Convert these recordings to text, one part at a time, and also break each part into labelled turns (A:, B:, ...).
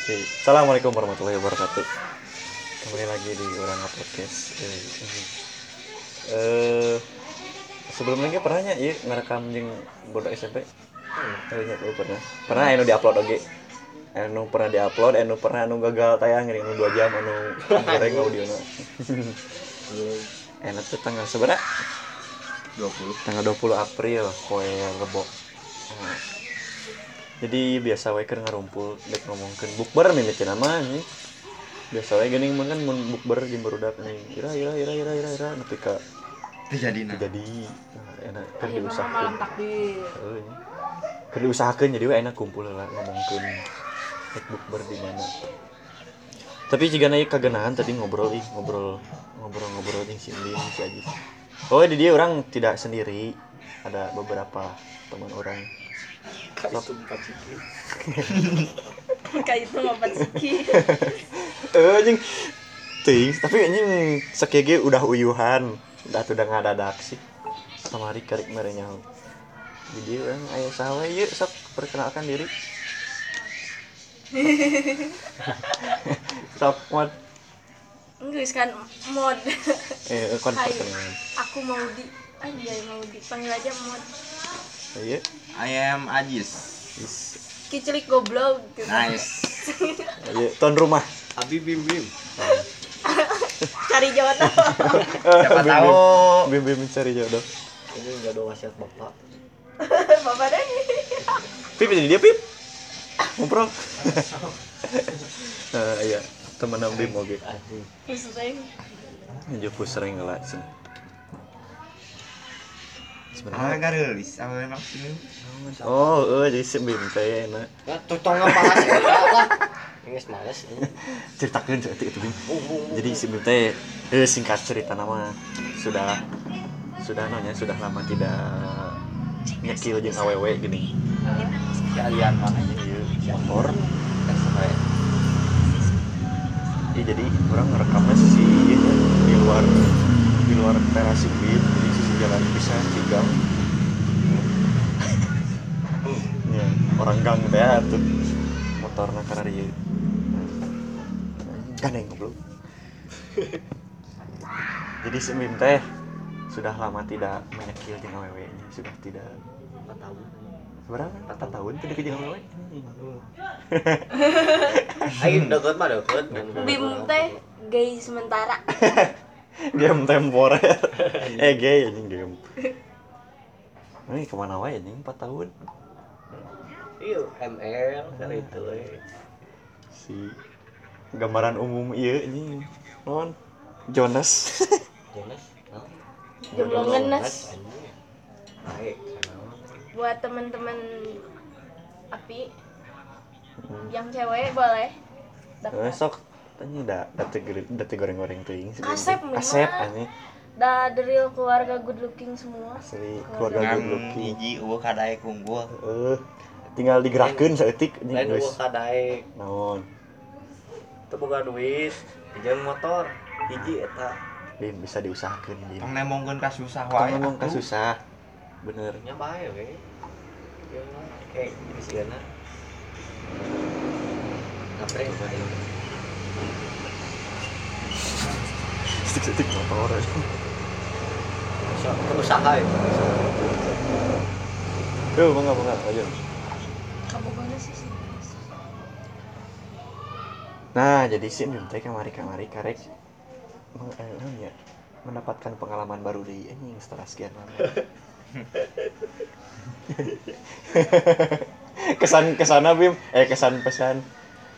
A: Oke, assalamualaikum warahmatullahi wabarakatuh. Kembali lagi di orang podcast. Eh, eh. Eh, sebelum lagi pernah nya ieu ngerekam jeung bodoh SMP? Kayaknya tuh pernah. Pernah anu diupload oge. Anu pernah diupload, anu pernah anu gagal tayang gini anu 2 jam anu goreng audiona. Enak tuh tanggal seberapa?
B: 20
A: tanggal 20 April koe rebo Nah. jadi biasa wae keur ngarumpul dek ngomongkeun bukber mimiti nama nih biasa wae geuning mun kan mun bukber jeung barudak nih ira ira ira ira ira ira nepi ka
B: terjadi nah
A: jadi nah, enak keur
C: Akhirnya mah
A: diusahakeun
C: malam takbir.
A: Heuh, nya. keur diusahakeun jadi wae enak kumpul lah ngomongkeun dek bukber di mana tapi jika naik kagenahan tadi ngobrol ih ngobrol ngobrol ngobrol nih si Lin si Ajis oh di dia orang tidak sendiri ada beberapa teman orang
C: Kayak itu ngobat siki.
A: eh anjing ting tapi anjing sakege udah uyuhan udah tuh udah ngadadak sih sama hari karik merenya jadi orang ayah sawe yuk sok perkenalkan diri sok mod
C: Enggak kan mod.
A: eh kon
C: Hai.
A: perkenalan
C: Aku mau di anjay mau di panggil aja mod.
A: ayo
B: I am Ajis
A: is
C: Kicilik goblok gitu.
B: nice
A: ayo tuan rumah
B: Abi Bim Bim
C: Cari jawaban apa?
B: siapa
A: Bim-bim.
B: tahu
A: bim bim mencari jodoh
D: ini nggak ada wasiat bapak
C: Bapak deh.
A: pip jadi dia pip ngobrol Eh, iya teman bim oke
D: asli
C: Maksudnya
A: Jopo sering ngelak sini.
B: ah
A: Sebenarnya.
B: nggak rilis sama emang sini
A: Oh, eh jadi si Bim teh enak.
D: nah tutong apa sih lah ini males ini
A: Ceritakeun cerita itu Bim.
D: hubung
A: Jadi si Bim teh eh, singkat cerita nama sudah sudah nanya sudah lama tidak nyekil jeung awewe gini.
D: kalian mana aja
A: Motor.
D: kan semuanya
A: Ya, jadi orang ngerekamnya sisi ieu nya, di luar di luar teras si Bim, jadi sisi jalan bisa tiga. ya, orang gang teh atuh motorna karena dia gandeng goblok jadi si Mim teh sudah lama tidak menyekil jeung awewe nya sudah tidak
D: empat tahun
A: seberapa empat kan tahun tidak ke jeung awewe
D: ayo deket mah deket
C: Bim teh gay sementara.
A: game temporer eh gay anjing game ini kemana wae anjing empat tahun
D: iya ML dari itu eh.
A: si gambaran umum iya ini non Jonas
D: jelas Hah?
C: Jomblo ngenes.
D: anjing. kan. baik kenapa?
C: Buat temen-temen api yang cewek boleh.
A: Eh,
C: Daftar.
A: sok tanya dah dati dati goreng goreng ting
C: Asep, bener.
A: asep anjing
C: Da the real keluarga good looking semua.
A: asli
C: Keluarga
A: keluarga
B: ngan
A: gue looking
B: hiji eueuh kadae kunggul
A: eh tinggal digerakkan seetik ini
D: lain gua
A: guys
D: kadai
A: naon
D: itu boga duit jeung motor hiji eta
A: bim bisa diusahakan bim
D: ya.
B: tong nemongkeun ka susah
A: Tong
B: wae
A: ngomong
B: atuh.
A: kasusah bener
D: nya bae Iya, we Ieu mah, kayak di sana ngapre ayo
A: setik setik motor
D: So, usaha ya
A: tuh bangga bangga aja
C: Kabogonya sih. sih.
A: nah jadi sih bim teh kamari kamari karek meng- eh, naon ya, mendapatkan pengalaman baru di anjing setelah sekian lama kesan kesana bim eh kesan pesan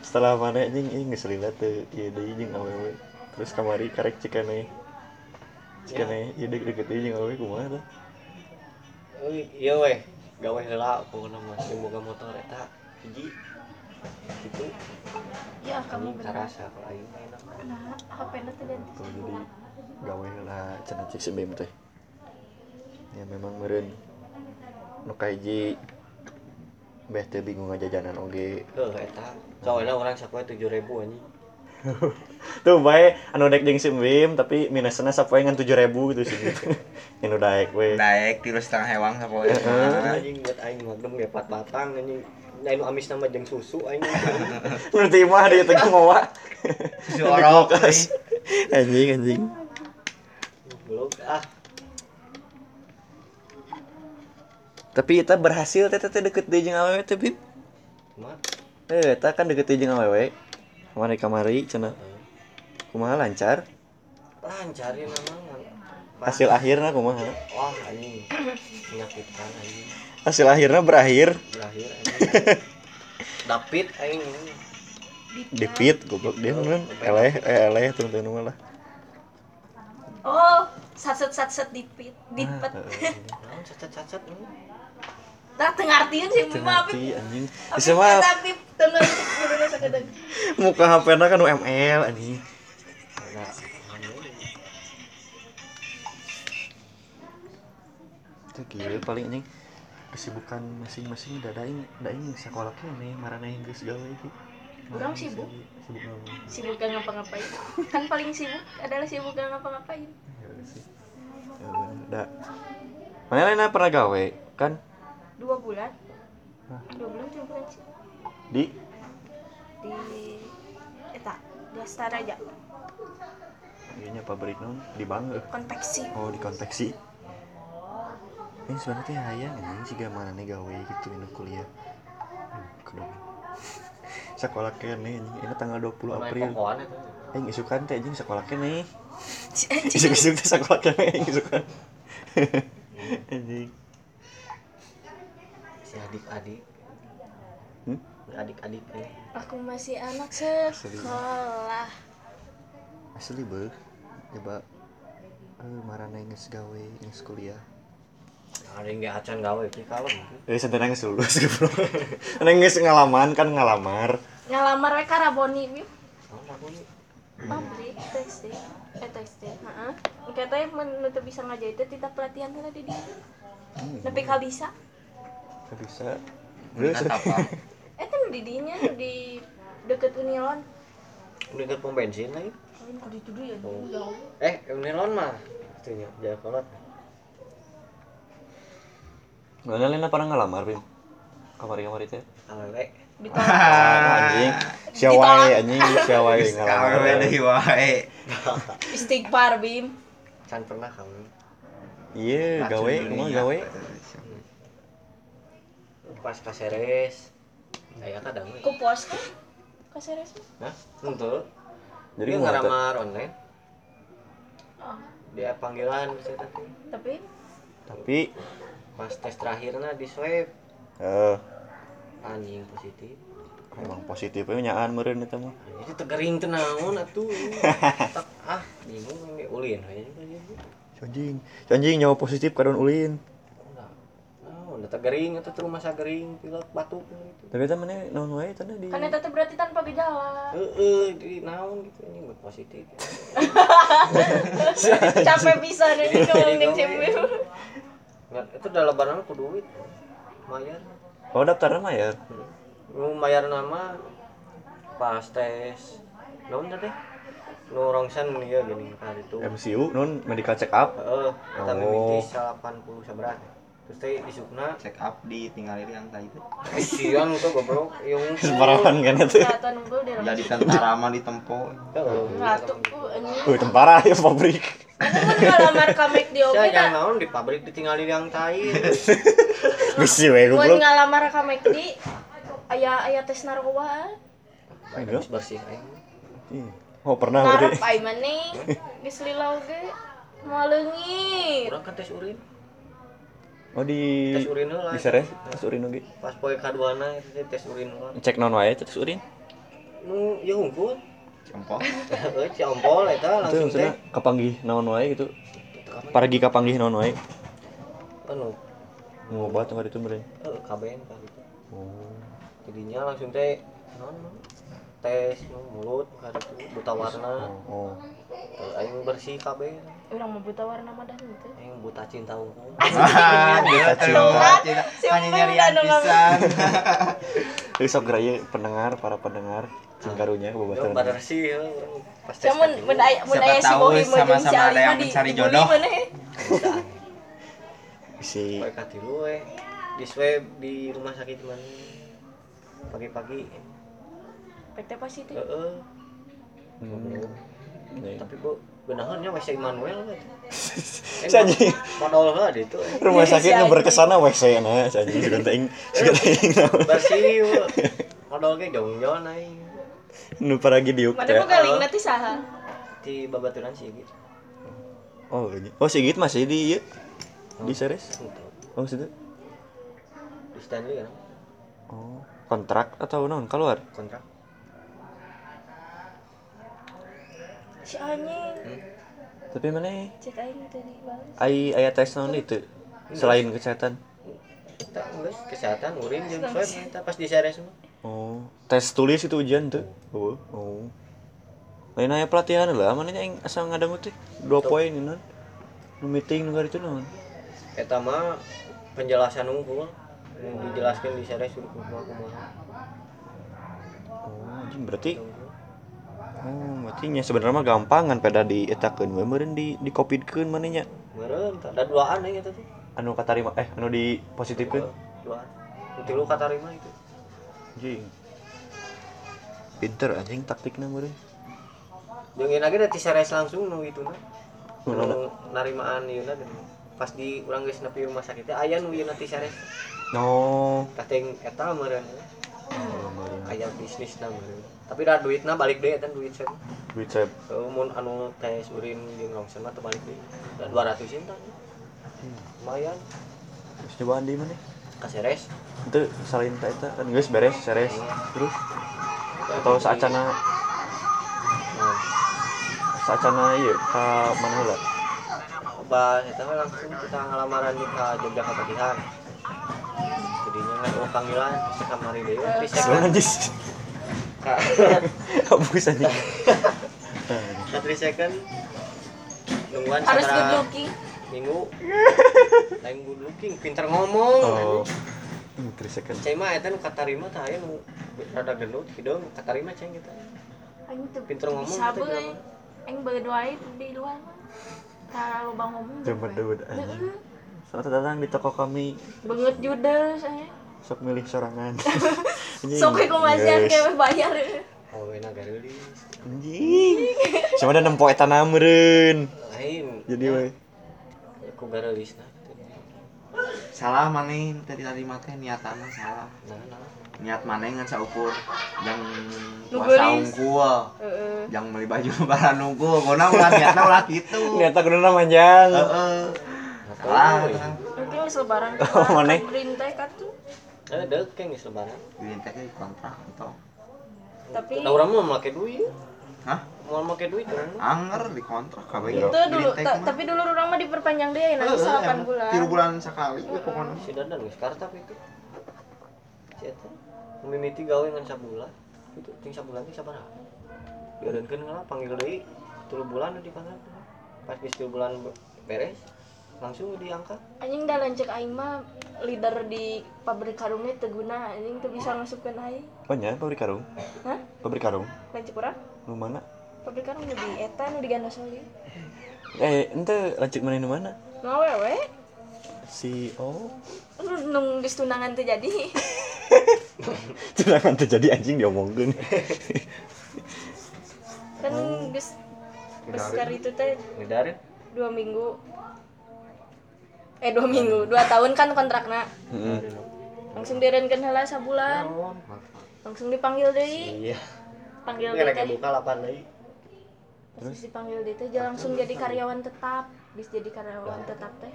A: setelah mana anjing ini ngeselila tuh iya deh anjing awewe terus kamari karek cikane cikane iya deh deket anjing awewe kumaha tuh
D: Euy, iya weh gawe heula pokona mah sing boga motor eta hiji gitu
C: Ya, kamu
D: kamu
C: benar.
D: karasa kalau aing mah enak
C: Nah, HP-nya tidak
A: Tuh,
C: Nah,
A: jadi gawe lah cenah cek si Bim teh ya memang meren nu kahiji beh teh bingung ngajajanan oge
D: heuh eta soalnya orang sapoe 7000 anjing
A: tuh bae anu dek jeung si Bim tapi minusna sapoe ngan 7000 gitu sih anu daek we
B: daek tilu setengah hewang sapoe
A: Heeh.
D: anjing buat aing magem ge pat batang anjing nah nu amis nama jeung susu aing
A: Berarti mah dia tengah mau
B: Susu orok
A: kulkas.
B: euy.
A: Anjing anjing.
D: goblok ah
A: Tapi kita berhasil teh teh teh deket deui jeung awewe teh Bib.
D: mah
A: Eh, eta kan deket deui jeung awewe. Kamari kamari cenah. Kumaha lancar?
D: lancar ya nama
A: Hasil akhirnya kumaha?
D: wah anjing menyakitkan anjing
A: Hasil akhirnya berakhir
D: berakhir anjing David aing
A: dipit goblok dia kan eleh eh, eleh teman-teman mah lah.
C: Oh, satset satset dipit, dipet.
A: Ah,
D: naon cacat-cacat hmm.
C: Tah teu ngartiin sih
A: Teu
C: mah Abi.
A: ngerti anjing.
C: Abi
A: Bisa mah
C: tapi teu ngerti gudana sakedeung.
A: muka HP-na kan UML anjing.
D: Nah, anjing.
A: Itu gila paling anjing kesibukan masing-masing dadain dadain sekolah kene marana yang geus gawe iki.
C: Urang sibuk.
A: Sibuk ngomong.
C: Sibuk gak ngapa-ngapain. Kan paling sibuk adalah sibuk gak ngapa-ngapain.
A: Ya udah sih. Ya bener, Da. Mana Lena pernah gawe kan
C: Dua bulan.
A: Hah?
C: Dua bulan tiga bulan sih.
A: di
C: Di eta di Astara aja
A: ieu iya nya pabrik naon di Bangga.
C: konveksi
A: Oh, di konveksi. Ini sebenarnya teh hayang anjing siga marane gawe gitu ini kuliah. Aduh, kedua. Sekolah kene anjing. Ini tanggal 20 April.
D: Main pokoan eta.
A: Eh, ngisukan teh anjing sekolah kene.
C: Si anjing.
A: Isuk-isuk teh sekolah kene aing ngisukan. Anjing.
D: si adik-adik
A: Hmm?
D: adik-adik eh. ini
C: aku masih anak sekolah
A: Asli beuh. Coba eh marana geus gawe geus kuliah.
D: ada yang gak acan gawe sih kalem
A: Eh, santai nangis lulus gitu. Nangis ngalaman kan ngalamar.
C: ngalamar we ka Raboni Bib.
D: Naon aku ini
C: pabrik tekstil eh tekstil heeh Engke teh mun teu bisa ngajai teh tidak pelatihan heula di dieu nepi ka bisa
A: Nggak bisa. Terus
B: Bukan apa?
C: eta nu di dieu nya nu Eh, kan di deket Unilon
D: udah ke pom bensin lagi
C: lain kudu tuduh ya
D: Oh.
C: jauh
D: eh Unilon mah itunya jalan kolot
A: Mana Lena pernah ngalamar, Bim? Kamari-kamari teh.
D: awewe
C: ditolak
A: Ah, anjing. Siawai
C: Ditolak.
A: anjing, siawai ngalamar.
B: Kawe deui wae.
C: istighfar Bim
D: can pernah kamu
A: Iya, gawe, kumaha gawe?
D: pas kaseres saya kadang
C: ku pos kan ka serius mah?
D: nah tentu
A: Jadi
D: jadi dia
A: kumaha teh?
D: ngaramar online
C: oh
D: dia panggilan saya tadi
C: tapi
A: Tapi
D: pas tes terakhirnya di swab
A: eh
D: anjing positif
A: emang positifnya nyaan meureun eta mah.
D: jadi tegering tenaun atuh Tak, ah bingung ini ulin aja juga jadi
A: Anjing, anjing nyawa positif kadon ulin.
D: Nah, nah, udah tegering atau rumah sagering pilek batuk gitu.
A: Tapi eta mana naon wae tanda di.
C: kan eta teh berarti tanpa gejala
D: Heeh, di naon gitu ini buat positif.
C: capek bisa deh
D: Iya,
C: di ngomong sih Bim
D: Nah, itu udah lebaran aku duit. Bayar.
A: Oh, daftarna mah ya.
D: Nu bayar nama pas tes. Naon teh? Nu rongsen ieu gini kan itu.
A: MCU non medical check up.
D: Heeh, eta
A: Oh.
D: mimitis 80 sabrat. Terus teh isukna
B: Check up di tinggal yang tadi itu.
D: siang tuh goblok yung
A: Separawan kan itu.
C: kelihatan unggul di rumah
B: Jadi tentara mah ditempo.
D: Heeh.
C: Ratu ku anjing.
A: Wih, tentara ya pabrik.
C: Kan ngalamar ka McD oge
D: Saya
C: da.
D: jangan naon di pabrik ditinggalin yang tai.
A: Bisi wae
C: Buat
A: goblok.
C: ngalamar ka McD aya aya tes narkoba.
D: Harus bersih aing.
A: Ih, Oh, pernah
C: Ngarep
A: berarti.
C: ai maning geus lila oge moal leungit.
D: Urang kan tes urin.
A: Oh, di
D: Tes urin heula.
A: di seres, tes urin oge.
D: pas poe kaduana itu teh tes urin mah
A: Cek non wae tes urin.
D: nu ya hungkul
B: Cempol.
D: heeh ciompol
A: Itu
D: eta langsung teh
A: maksudnya kapanggih naon wae gitu.
D: Itu apa ya?
A: Pargi kapanggih naon wae.
D: anu
A: Ngobat tong itu meureun.
D: eh kabehan kan itu
A: Oh.
D: jadinya langsung teh naon nu? tes nu mulut ka ditu buta warna
A: Oh.
D: Teu aing bersih kabeh
C: Urang mah Eh, buta warna madan teh.
D: aing buta cinta hungkul
B: Wah, dia
C: Tuh
B: Ah, cinta.
C: kan, si
B: Hanya
C: Umi
B: nyarian
C: udah
B: pisan.
A: Jadi sok geraya pendengar, para pendengar, cingkarunya
D: Yo
A: kebobatan.
D: bersih ya, urang pas tes
C: Cuman
D: ketiga.
C: mun aya mun
B: Siapa
C: aya si
B: tahu
C: Bohim mah jeung si
B: sama-sama
C: Ali
B: ada
C: mah
B: yang
C: di
B: mencari
C: dibully
B: jodoh.
C: maneh.
A: Si
D: poe ka tilu we di swab di rumah sakit mana pagi-pagi
C: PT positif
D: heeh
A: Nih.
D: tapi bu benahannya masih Immanuel kan
A: Saji.
D: modal lah itu eh.
A: Rumah
C: Iya, si
A: sakit nu
C: anjing.
A: berkesana WC na saji sugan teuing sugan teuing naon.
D: bersih Bu. modalnya jongjo naik
A: nu paragi diuk
C: mana
A: teh.
C: bukan link nanti saha
D: di babaturan sih gitu
A: Oh, lagi. Oh, Sigit masih di ieu. Di series.
D: Untuk
A: Oh, situ.
D: di stand juga kan
A: Oh, kontrak atau naon keluar?
D: kontrak
C: si anjing
A: Tapi mana
C: cek aing tadi balas
A: ai aya tes naon itu selain kesehatan.
D: kita enggak kesehatan urin jam swab kita pas di sere semua
A: Oh, tes tulis itu ujian tuh. Oh. Oh. Lain aya pelatihan lah, mana yang asal ngadangu teh 2 poin ini naon. Nu meeting nu itu naon.
D: kita mah penjelasan unggul yang dijelaskan di sere suruh kumaha kumaha
A: Oh, anjing berarti Oh, berarti nya sebenarnya mah gampang kan pada dietakeun we meureun di dikopidkeun mana nya.
D: meren ada duaan ya gitu tuh
A: Anu katarima eh anu di positifkeun.
D: duaan Uti lu kata rima itu
A: Anjing. Pinter anjing taktiknya meureun.
D: Jengin lagi dari seres langsung nu itu nah.
A: Nu
D: Nu narimaan ieu na gini. Pas di urang geus nepi rumah sakit teh aya nu ieu na ti seres.
A: No.
D: Tah teuing eta meureun. Aya bisnisna meureun. Tapi da duitna balik deui eta duit sen.
A: Duit saya
D: Heuh, mun anu tes urin jeung rongsen mah teu balik deui. Da 200 tah. Lumayan
A: terus cobaan di mana?
D: ka seres.
A: Itu salin tak eta kan geus beres seres. Terus atau saacana
D: Nah,
A: saacana ieu ka mana heula?
D: Bah, eta mah langsung kita ngalamaran di ka Jogja Kapatihan. Jadinya kan oh panggilan kamari deui risek
A: Sebenarnya anjing.
D: ka
A: Hapus anjing.
D: Satu second Nungguan
C: harus good
D: setelah
C: looking
D: minggu Lain good looking, pinter ngomong
A: Oh. Hmm, 3 second.
D: Cai mah eta nu katarima tah aya nu rada gendut hidung katarima cai gitu.
C: anjing tuh
D: Pinter ngomong
C: bisa
D: kita
C: beul aing berdua di luar cara lubang ngomong
A: Demet demet anjing.
C: Heeh.
A: Selamat datang di toko kami.
C: banget judes saya
A: Sok milih sorangan. Anjing.
C: sok kayak kumasian
A: Geus.
C: kayak bayar
D: Oh, enak geulis.
A: Anjing. Cuma ada nempo eta nameureun.
D: Lain.
A: Jadi we.
D: Ku geulis nah.
B: salah maneh tadi tadi mah teh niatanna salah
D: Nah, nah.
B: niat maneh ngan saukur yang
C: Nu
B: puasa
C: geulis.
B: unggul
C: Heeh.
B: yang beli baju lebaran unggul guna ulah niatna ulah kitu
A: Ternyata kuduna manjang.
B: heeh salah
D: Euy.
C: mungkin geus lebaran
A: Oh, mana?
C: Kan green teh kan tuh
D: Eh, deuk keng geus lebaran.
B: duit teh ke kontrak itu
C: tapi
D: Nah, urang mah make duit.
B: hah
D: Mau make duit urang mah.
B: anger di kontrak kabeh
A: Itu
C: itu dulu ta- tapi dulu orang mah diperpanjang deh nanti salapan bulan
B: tiga bulan sekali we pokoknya
D: Si Dadan geus kartap itu. Si eta mimiti gawe ngan sabulan. Itu ting sabulan teh sabaraha? Dieureunkeun lah panggil deui 3 bulan di kantor. Pas geus 3 bulan be- beres langsung diangkat.
C: anjing dah lanjut aing mah leader di pabrik karungnya teguna anjing tuh bisa ngasupkeun aing
A: Banyak pabrik karung.
C: hah
A: Pabrik karung.
C: lanjut kurang
A: Nu mana?
C: pabrik karung nu di eta nu di gandos lagi
A: Eh, ente lanjut mana nu mana?
C: mau wewe
A: Si oh.
C: Lu nung geus tunangan teh jadi
A: Tunangan terjadi anjing diomongkeun.
C: kan
A: Oh.
C: geus geus cari itu teh
D: Ngedarin
C: dua minggu eh dua minggu dua tahun kan kontrakna
A: Heeh.
C: langsung direnkeun heula sabulan
D: naon?
C: langsung dipanggil deui
D: Iya.
C: panggil
D: Ini
C: deui
D: lagi
C: teh
D: buka lapan deui.
C: Terus dipanggil DT aja langsung jadi karyawan tetap. Bis jadi karyawan tetap teh.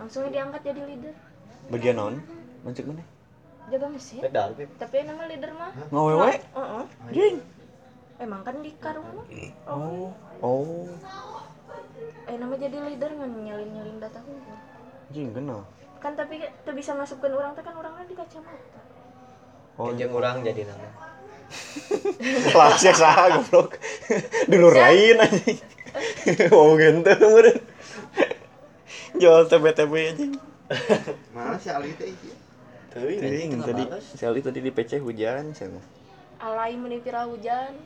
C: Langsung diangkat jadi leader.
A: Bagian naon? Lanjut mana?
C: Jaga mesin.
D: Ngedarin Pip.
C: Tapi eh, nama leader mah.
A: Ngawewe.
C: Heeh.
A: Jing.
C: Emang kan di karung mah. Oh.
A: Oh. Oh.
C: Eh nama jadi leader ngan nyalin-nyalin data hukum.
A: Jing kenal.
C: Kan tapi teu bisa masukkan orang teh kan orangnya di kacamata.
A: Oh.
D: Kejeng urang jadi nama.
A: Lah sih saha goblok. Dulu lain anjing. Oh gente meureun. Jual TB-TB anjing.
B: mana si Ali teh iya.
D: Teuing
A: Anjing tadi Sally tadi di PC hujan saya. mah.
C: Alay menipira hujan.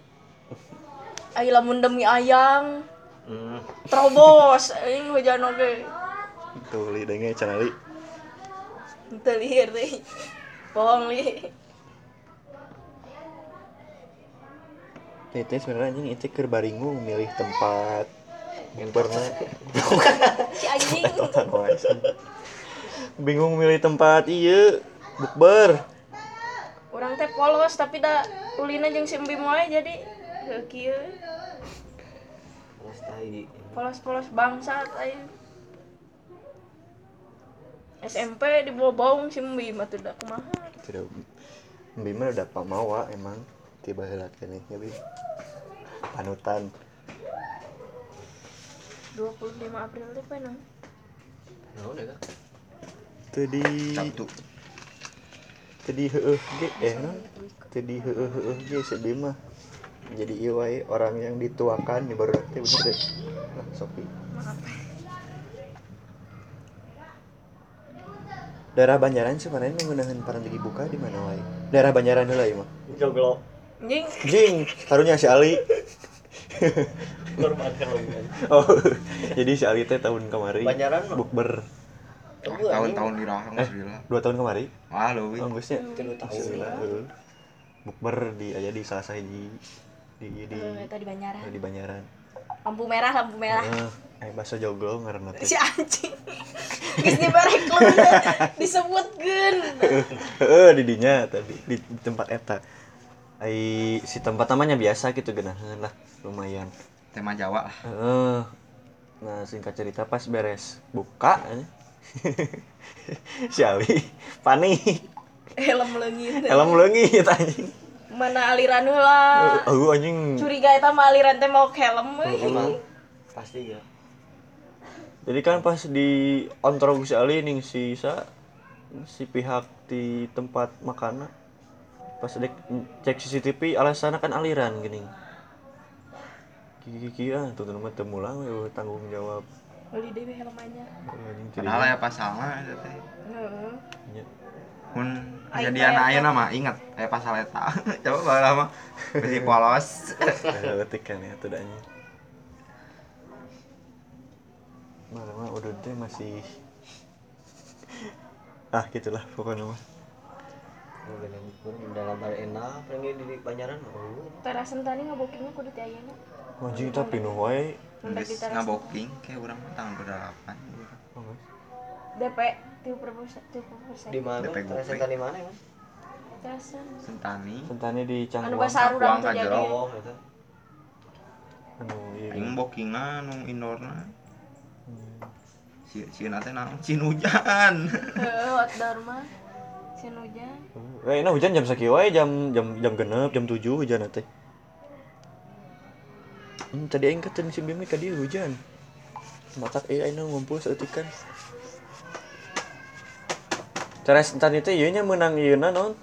C: Ai lamun demi ayang
D: Hmm.
C: terobos aing hujan oge.
A: Tuh li dengen channel li.
C: Teu lihir deui. Bohong li.
A: Tete sebenarnya anjing itu keur baringu milih tempat warna
C: si anjing
A: Total noise. Bingung milih tempat iya bukber.
C: orang teh polos tapi da ulina jeung si Embim wae jadi heuh kieu
D: Terus tadi
C: polos-polos bangsat aing SMP di bobong si Embim atuh da kumaha
A: Tidak. Bima udah pamawa emang tiba heula keneh ya Bim. Panutan
C: 25 April teh penang
D: nah udah kan
A: tadi
B: Sabtu.
A: tadi heueuh ge eh non tadi heueuh heueuh ge si Bima. Jadi ieu wae orang yang dituakan di baru teh bener deh. Nah, Sopi.
C: maaf
A: Daerah Banjaran sih kemarin menggunakan parang dibuka di mana wae. Daerah Banjaran heula ieu mah.
D: joglo
C: anjing
A: Jing, karunya si Ali.
D: hormat kehamilan
A: Oh, jadi si Ali teh tahun kemarin
D: Banjaran mah.
A: bukber
B: Ah, tahun-tahun di rahang
A: Eh.
B: gila
A: dua tahun kemarin
B: wah leuwih
A: anggusnya
D: tilu tahun
A: Alhamdulillah, heeh. bukber di aja di salah sahiji di di di,
C: tadi Banjaran
A: di Banjaran
C: lampu merah lampu merah
A: Heeh. eh bahasa joglo ngaranna teh
C: si anjing geus dibarek luna disebutkeun
A: heeh Eh, di dinya tadi di di tempat eta ai si tempat namanya biasa gitu geunaheun lah lumayan
B: tema Jawa lah
A: Heeh. Nah, singkat cerita pas beres buka eh. si Ali panik.
C: helm leungit
A: Helm leungit anjing.
C: mana aliran heula
A: Aku anjing.
C: curiga eta mah aliran teh mau helm euy.
D: emang pasti ya
A: Jadi kan pas di ontrog si Ali ning si Sa si pihak di tempat makanan pas dek cek CCTV alasannya kan aliran gini kiki kiki ah tuh nama temulang ya tanggung jawab
C: Beli deui helm anyar.
A: anjing
B: padahal ya pas sama eta teh
C: Heeh.
A: Nya.
B: pun
C: Aing
B: kejadian
C: mah eta.
B: ayeuna nama ingat aya pas eta coba baheula mah besi polos
A: Ada letik kan ya, tuh danya. Mana mah udah teh masih ah gitulah pokoknya mah
D: Mobilan pun dalam hal enak, pengen di Oh. Banjaran mau.
C: Terasan tadi ngabokingnya kudu teh ayeuna.
A: anjing kita pinuh wae
C: Mendak di
B: geus
C: teras.
B: ngaboking kayak urang mah tanggal gitu. berdelapan
A: Oh, guys.
C: DP 30%. 30%.
D: Di mana?
B: DP
D: Terasa
B: Gopay.
D: di mana emang?
C: Terasan.
B: sentani
A: Sentani di
C: Anu
A: Cangkuang.
C: bahasa
B: Cangkuang
C: urang teh
B: kan
C: jadi.
B: jero.
D: Oh, itu.
A: Anu iya.
B: aing bokingan nu indoorna si si teh naon cin hujan
C: Heeh, outdoor mah. Sin hujan.
A: Eh, ini hujan jam sakieu wae jam jam jam genep, jam 7 hujan teh. Hmm, tadi aing katen si Bimi ka dieu hujan. Matak eh aing ngumpul saeutik kan. Cara sentani teh ieu iya nya meunang ieu na naon?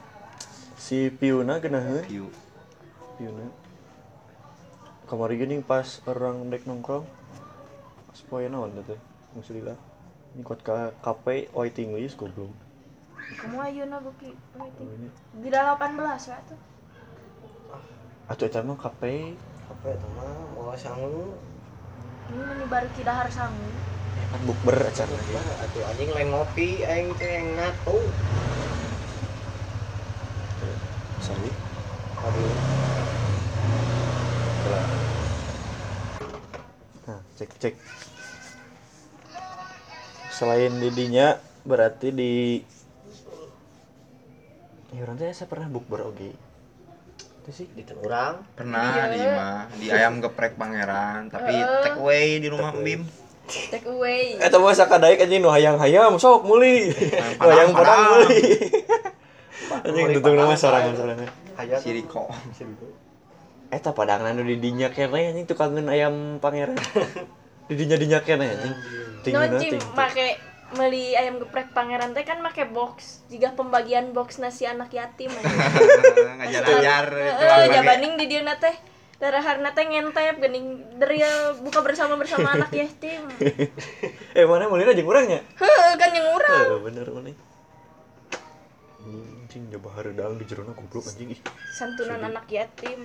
A: Si Piuna geunaheun.
B: Yuk,
A: Yuna kemarin gini pas orang dek nongkrong pas poe naon teh musuh lila ikut ke kafe white English goblok
C: Kamu ayeuna boki. Di dalam 18 ya tuh.
A: atau itu mah kafe
D: Apa ya teman? Mau sangu.
C: Ini menyebar kidahar sangu.
A: kan bukber acara
D: Nah, Atuh anjing lain ngopi, aing teh yang Oh. nato.
A: sorry
D: Aduh.
A: nah cek cek selain didinya berarti di ya orang teh saya pernah bukber oke itu sih
D: Di orang.
C: Iya.
B: pernah di mah di ayam geprek pangeran tapi take away di rumah bim
C: Take away.
A: Eta mah sakadaik anjing nu hayang-hayang sok muli. Nu hayang
B: padang.
A: padang muli. Anjing
D: Muli
A: tutung nama
D: padang,
A: sarang-sarangna.
D: Hajar.
B: si Riko
D: Siriko.
A: Eta padangna nah, nu di dinya keneh anjing tukangeun ayam pangeran. Di dinya-dinya keneh anjing. Tinggal
C: Nonci make meli ayam geprek pangeran teh kan make box. Jika pembagian box nasi anak yatim. anjing.
B: ngajar-ngajar itu
C: Heeh,
B: lagi.
C: jabaning di dieu na teh Daraharna teh ngentep geuning dari buka bersama bersama anak yatim.
A: Eh mana mulina jeung urang nya?
C: Heeh, kan yang urang.
A: Heuh bener muli. Anjing nyoba hareudang di jerona goblok anjing ih.
C: Santunan anak yatim.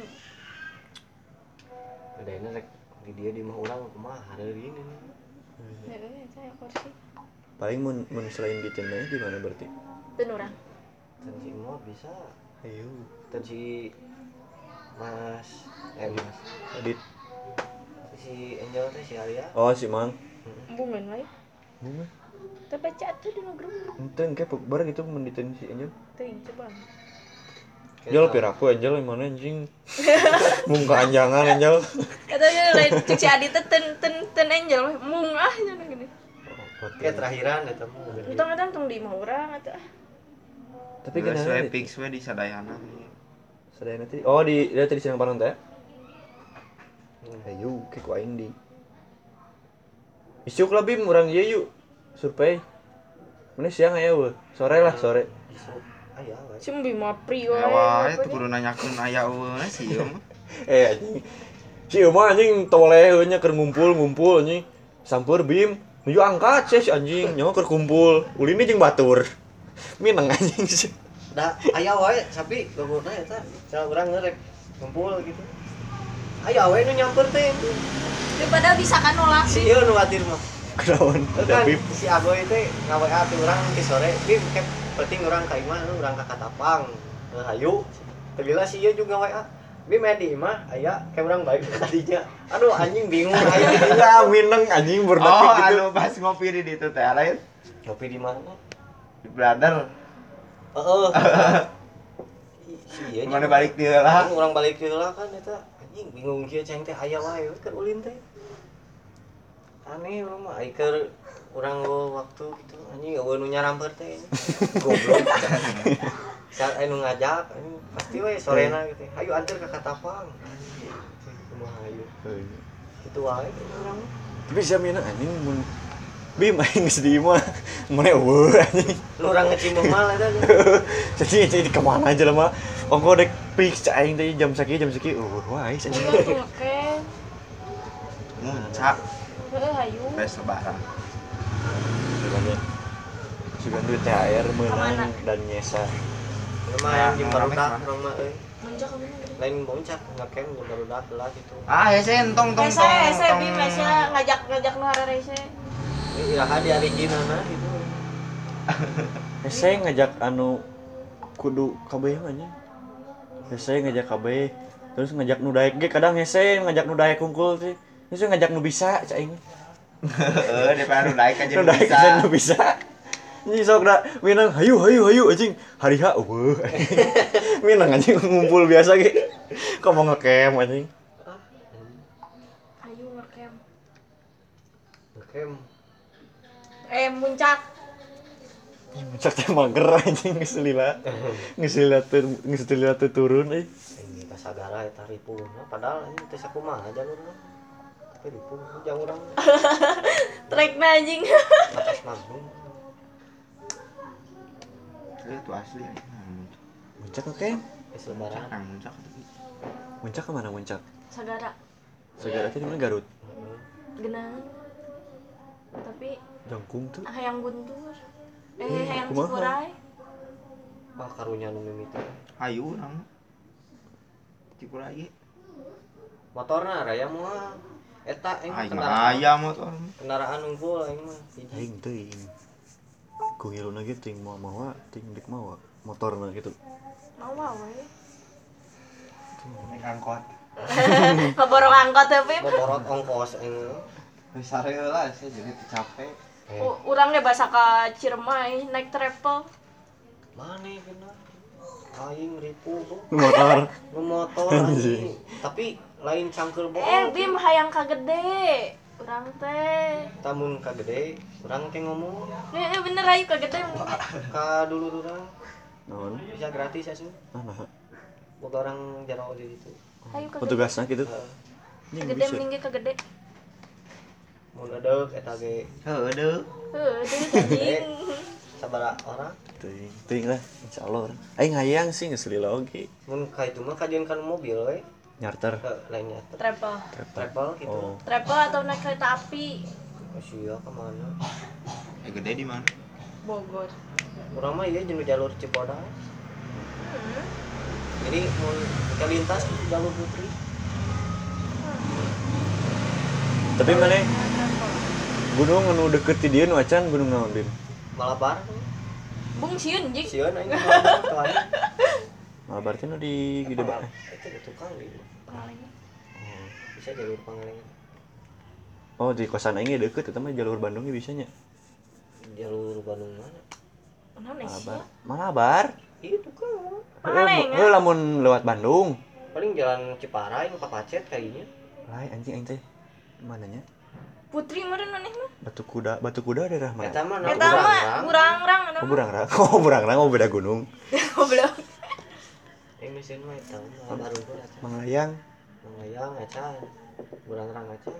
D: Ada ini rek di dia di mah orang kumaha hari ini.
C: Heeh, saya kursi.
A: Paling mun mun selain di tenda di mana berarti?
C: Teu urang.
D: Dan si Mo bisa.
A: Ayo.
D: Dan si Mas Eh,
A: Adit.
D: si Angel teh si Arya
A: Oh, si Mang.
C: Bungan wae. Teu baca atuh di grup.
A: Ente engke bar gitu menditin si Angel.
C: Teuing coba.
A: Angel piraku Angel yang mana anjing? Muka anjangan Angel.
C: Eta ge lain cek si Adi teh ten ten ten angel weh. mung ah jeung gini.
D: Kayak terakhiran eta mah bener.
C: Entong-entong tong di mah urang atuh. ah.
A: Tapi
B: Tapi
A: kan
B: we fix we di sadayana.
A: Sedaya nanti. Oh, di dia tadi sedang panon teh. Eh, Ayo, ke ku aing di. Isuk lah bim urang ieu yuk. Survei. Mana siang aya we. Sore lah, sore.
D: Aya we.
C: Cuma bi mah pri wae.
B: Ya wae
C: apa
B: tuh kudu nanyakeun aya eueuh sih ieu mah.
A: Eh anjing. Si ieu mah anjing toleh we nya keur ngumpul-ngumpul anjing. Sampur bim. Nuju angkat sih si anjing, nyawa keur kumpul. Ulin jeung batur. Mineng anjing sih.
D: Da aya wae sapi gogona eta. Cara urang ngerek ngumpul gitu. Aya wae nu nyamper teh.
C: Daripada bisa kan nolak
D: Si
C: sih.
D: ieu nu watir mah.
A: Kerawan
D: Kan
A: ada bim.
D: si Agoy teh ngawa ati urang ke sore. Bim kep penting urang ka imah nu urang ka Katapang. Rahayu. Tegila si ieu juga WA. Bim aya di imah aya kayak urang baik ka dinya. Aduh anjing bingung aing di dinya.
A: Kita mineng anjing
B: Oh,
A: berdetik gitu.
B: anu pas ngopi di ditu teh lain
D: Ngopi di mana?
B: di brother.
D: Heeh. Si ieu
B: Mana
D: nya.
B: balik dia lah.
D: Kan orang balik ke lah kan eta anjing bingung kieu ceng teh aya wae we keur ulin teh. Aneh urang mah ai keur urang lo waktu gitu anjing eueuh nu nyarampeut teh. Goblok. Saat anu ngajak anjing pasti we sorena
B: Eh.
D: gitu. Hayu anter ka Katapang. Anjing, Kumaha hayu.
A: Eh, iya.
D: Itu wae urang mah.
A: Tapi siapa yang anjing mun Bim aing geus di imah mane eueuh anjing.
D: Nu urang ngecimbung mal eta.
A: Jadi jadi kemana aja lama. Ongko dek fix aing teh jam sakit jam "Oh, sakit eueuh wae anjing.
C: Urang tuh oke.
B: Muncak
C: Heeh hayu.
B: pes lebaran.
A: Sugan duit THR
C: Kemana?
A: menang dan nyesa.
D: Lumayan jeung
B: Nah,
D: barudak
B: nah,
D: urang mah euy.
C: Menjak kamu.
D: eh. Lain boncak ngakem jeung barudak lah gitu.
B: Ah, hese entong tong
C: Mesa,
B: tong.
C: mesa,
B: tong.
C: bi mesa ngajak ngajak nu harare mesa.
D: Ini iraha di ariginana gitu.
A: Eh, Saya ngajak anu kudu kabeh mah anjing. Eh, Saya ngajak kabeh terus ngajak nu daek ge kadang hese ngajak nu daek kungkul sih. Terus ngajak nu bisa cak aing.
B: Heeh, di baru Eh, naik aja
A: Kan udah
B: bisa.
A: bisa bisa. Ini sok dah minang hayu hayu hayu anjing. Hari ha weh. minang anjing ngumpul biasa ge. Kok mau ngekem anjing.
D: Ah,
C: Hayu ngekem.
D: Ngekem.
C: Eh muncak.
A: Cak teh mager anjing geus lila. Geus lila teu geus lila teu turun euy.
D: ini kasagara eta ripuh Nah, padahal ini teh sakumaha jalurna tapi ripuh jauh urang
C: Trek na anjing.
D: atas magnum
B: Eh, Itu asli. Nah, muncak.
A: Muncak ngekem.
D: geus lebaran
B: Nah, muncak.
A: Muncak ke mana muncak?
C: Saudara
A: Segala teh di mana Garut?
C: genangan. Tapi
A: Jangkung tuh.
C: hayang guntur.
A: Hmm,
C: Eh hayang
A: kumaha?
C: cikuray.
D: wah karunya nu mimiti
B: Ayu urang. Cikur lagi.
D: motorna raya moal eta aing
B: Aing mah
D: kendaraan
B: ayam motor.
D: kendaraan unggul aing mah hiji
A: Aing teuing. Kuhiluna ge ting mau mawa, ting dik mawa. Motorna gitu.
C: Mau eh. wae.
B: Naik angkot.
C: Ngeborong angkot tapi
D: boborot ongkos aing mah.
B: Wis ya, lah, saya jadi capek.
C: Oh.
D: eh
C: urangnya basa ka Ciremai naik travel.
D: mana kena aing ripuh bro.
A: Motor.
D: nu motor
A: Anjing.
D: anjing tapi lain cangkir bohong
A: Oh.
C: Eh Bim hayang ka gede. Urang teh.
D: tamun ka gede urang teh ngomong
C: Nih eh, bener hayu ka gede.
D: ka dulu urang
A: Naon?
D: bisa gratis asuh
A: Mana?
D: boga orang jarang di situ
C: Hayu ka gede.
A: Petugasna gitu.
D: Heeh.
A: Anjing,
C: Gede
A: bisa.
C: mending ge ka gede.
D: mau dadek eta ge
B: Heuh, deuh.
C: Heuh, jadi Eh, anjing.
D: sabara orang
A: Teuing, teuing lah, insya Allah orang. Aing hayang sih nggak selila oke.
D: mun ka itu mah kajian kan mobil we
A: Nyarter.
D: ke lainnya teh.
C: Travel.
D: travel gitu
A: Oh,
D: oh.
C: Travel atau naik kereta api
D: sia kemana
B: Eh gede di mana?
C: Bogor.
D: urang mah ieu jeung jalur Cipodas jadi mun kalintas di jalur putri
A: tapi mana gunung anu deket di dia nu acan gunung naon bim?
D: malabar
C: Bung Siun jik.
D: sieun aing malabar tuan
A: Malabar teh nu di gede
D: Malah-
A: bae.
D: itu gitu kan
C: Pengalengan.
D: bisa jalur pangalengan
A: oh di kosan aing deket itu mah jalur Bandungnya bisanya
D: jalur Bandung mana
C: Nah,
A: Malabar
C: Nesya.
A: Malabar
D: itu kan
A: eh
C: Pangalengan.
A: lamun lewat Bandung
D: paling jalan Ciparai yang Papacet kayaknya
A: lain anjing aing teh mananya
C: Putri meureun maneh mah.
A: Batu Kuda Batu Kuda daerah mana
D: Eta mah
C: Eta mah urang-urang eta
A: Oh,
C: mah.
A: Burangrang. Oh, Burangrang oh beda gunung.
C: Goblok.
D: Eh mesin mah eta mah baru pun acan.
A: Manglayang.
D: Manglayang acan. Burang-rang acan.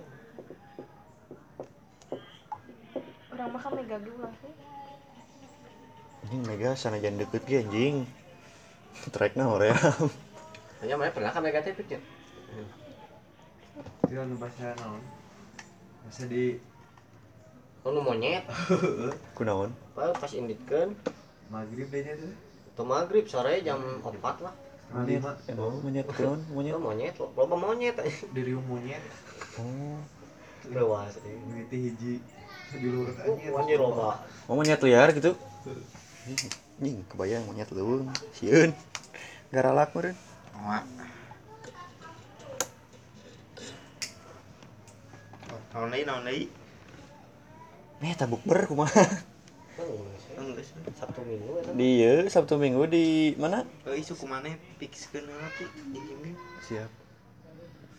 C: Urang mah kan mega dua sih.
A: Ini mega sanajan deket ge anjing. Trekna hoream.
D: Hanya mana pernah kan negatif pikir.
B: Itu anu bahasa naon? Bahasa di
D: Kalau nu Oh, monyet,
A: Kunaon?
D: pa- pas inditkeun
B: Maghrib dehnya tuh.
D: teu maghrib sore jam 4 lah.
B: Setengah lima.
A: Emang monyet kunaon? Monyet.
D: Itu monyet, lo- loba monyet.
B: Di riung monyet.
A: Oh.
D: Lewas.
B: Mimiti hiji. Juluran aja.
D: Anjir loba.
A: Oh, monyet liar gitu. Anjing, kebayang monyet leuweung. Sieun. Garalak meureun.
B: Mak. Naon deui naon deui?
A: Nih, tabuk ber kumaha.
D: Kan Indonesia.
B: Enggak sih.
D: Sabtu Minggu eta. mah.
A: Di ieu Sabtu Minggu di mana?
B: Euy suku maneh pixkeun heula ti jeung
A: Siap.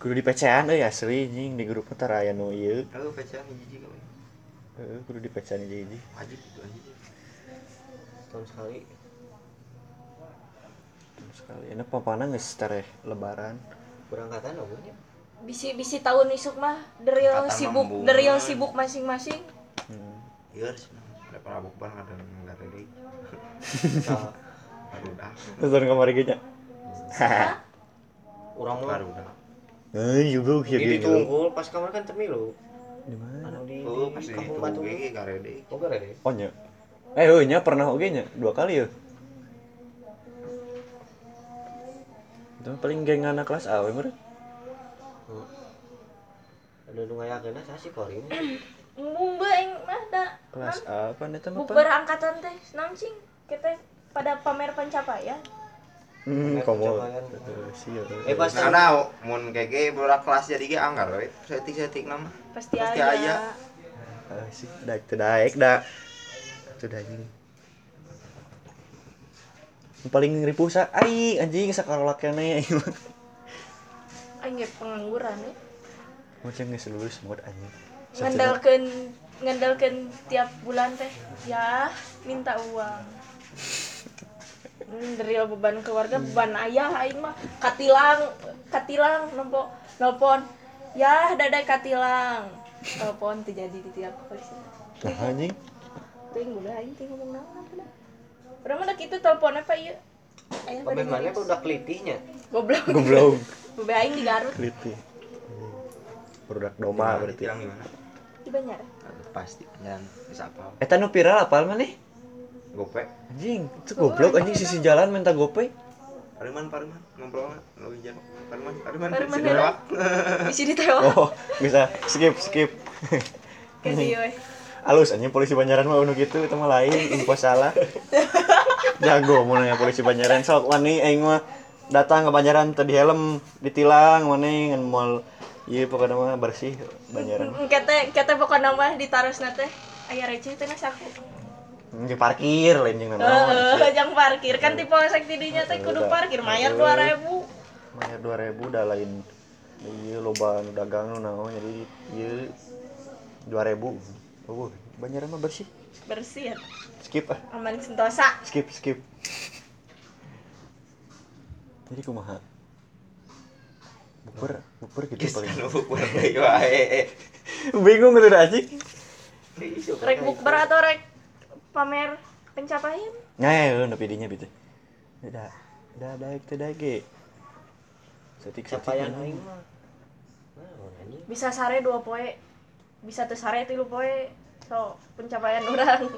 A: Kudu di pecean euy asli anjing di grup teh aya nu ieu.
B: Kalau pacaran hiji juga. we.
A: Heeh, kudu di pecean hiji-hiji.
B: Wajib itu aja.
D: Setahun sekali.
A: Sekali. Enak papana geus tareh lebaran.
D: Berangkatan awalnya.
C: Bisi-bisi tahun isuk mah deril
B: Kata
C: sibuk,
B: mambungan.
C: deril sibuk masing-masing.
A: Hmm.
B: Ieu Iya, harus ada para bukber ada nggak ada deui.
D: Sa
B: Baru dah.
A: Nonton kamari ge nya.
D: urang mah
B: Baru dah.
A: Hei, juga kieu
D: di
A: kieu. kieu.
D: ditunggul pas kamar kan temilu.
A: Di mana?
D: Anu di,
B: Oh, pas
D: di
B: itu
D: kampung Batu.
B: ge kareu deui.
D: Oke, Rede.
A: Oh nya. Eh, oh nya pernah oge nya dua kali ya. Itu mah paling geng anak kelas A we meureun.
D: Ada nu ngayakeunna sah si Korin.
C: Mumbe aing mah da
A: Kelas A apa eta mah?
C: bukber angkatan teh nancing kita pada pamer pencapaian.
A: Hmm, komo. iya,
D: Pencapaian.
A: Sia.
D: kan? Eh pas
B: Nah, nah, mun kege bola kelas jadi ge anggar we. Setik-setik nama.
C: Pasti,
B: Pasti
C: aya.
B: aya.
A: Asik, daek teu daek da. Teu daek. Yang paling ripuh sa ai anjing sakarolak keneh aing mah.
C: Aing ge pengangguran ya.
A: Macam geus lulus mod anjing. Satena-
C: Ngandalkeun ngandalkeun tiap bulan teh ya minta uang. Hmm, deril beban keluarga beban ayah aing mah katilang katilang nopo nelpon ya dadai katilang telepon terjadi di tiap kali
A: Nah, anjing.
C: Tuh yang udah aing ting ngomong naon apa dah. Udah mah dak itu teleponnya Pak ieu. Aya
D: Pemain mana kok udah kelitihnya?
C: goblok.
A: Goblok.
C: Bebe aing di Garut,
A: Keliti. Produk
D: Nah,
A: doma
B: Gimana?
A: berarti.
B: Bilang gimana?
C: di Banjar.
B: Nah, gitu. Pasti jangan bisa apa.
A: Eta nu viral apal maneh?
B: Gope.
A: Anjing, itu goblok anjing sisi jalan minta gopay.
B: Pariman, pariman, ngobrol lah, lo injar. Pariman, pariman,
C: Pariman,
B: sini
C: pariman.
B: lewat.
C: Di sini teh wah.
A: Oh, bisa skip skip.
C: Ke dieu we.
A: Alus anjing polisi Banjaran mah anu gitu itu mah lain info salah. Jago mau nanya polisi Banjaran sok wani aing mah datang ke Banjaran tadi helm ditilang wani ngan mall Iya pokoknya mah bersih Banjaran.
C: Engke teh engke teh pokona mah ditarosna teh aya receh teh nasa aku.
A: Di parkir lain jeung naon.
C: Heeh, jang parkir kan di polsek di dinya teh kudu parkir mayar 2000.
A: Maya 2000 dah lain Iya loba nu dagang nu naon jadi iya 2000 Oh banyak mah bersih
C: Bersih ya.
A: Skip ah
C: Aman sentosa.
A: skip skip Jadi kumaha Bukber bukber gitu
B: Geus
A: paling
B: anu bubar deui wae.
A: Bingung gitu dah anjing
C: Rek bukber atau rek pamer pencapaian?
A: Nah lu nepi dinya bitu Da da da teu da ge Setik
D: Capaian aing mah. Naon anjing?
C: Bisa sare dua poe. Bisa teu sare tilu poe. So, pencapaian orang.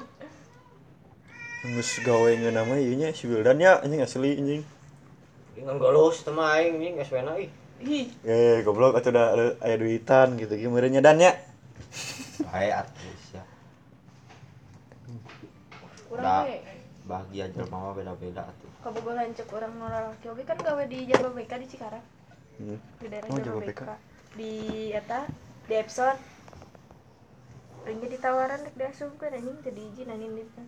A: Ngus gawe ngeunah mah ieu nya si Wildan ya anjing asli anjing
D: Dengan golos teh mah aing anjing SWNA ih.
C: Ih,
A: Eh, goblok atau udah ada- aya duitan gitu gimana nyedannya?
B: Wae artis ya.
C: kurang
B: Da.
C: we.
B: Bahagia jelema mah beda-beda atuh.
C: kabogohan cek orang orang laki oke kan gawe di Jababeka di Cikarang
A: Iya.
C: di daerah
A: Oh,
C: Jalur
A: Jawa
C: BK.
A: BK.
C: di eta di Epson ringnya ditawaran rek diasupkan anjing teu diijinanin di kan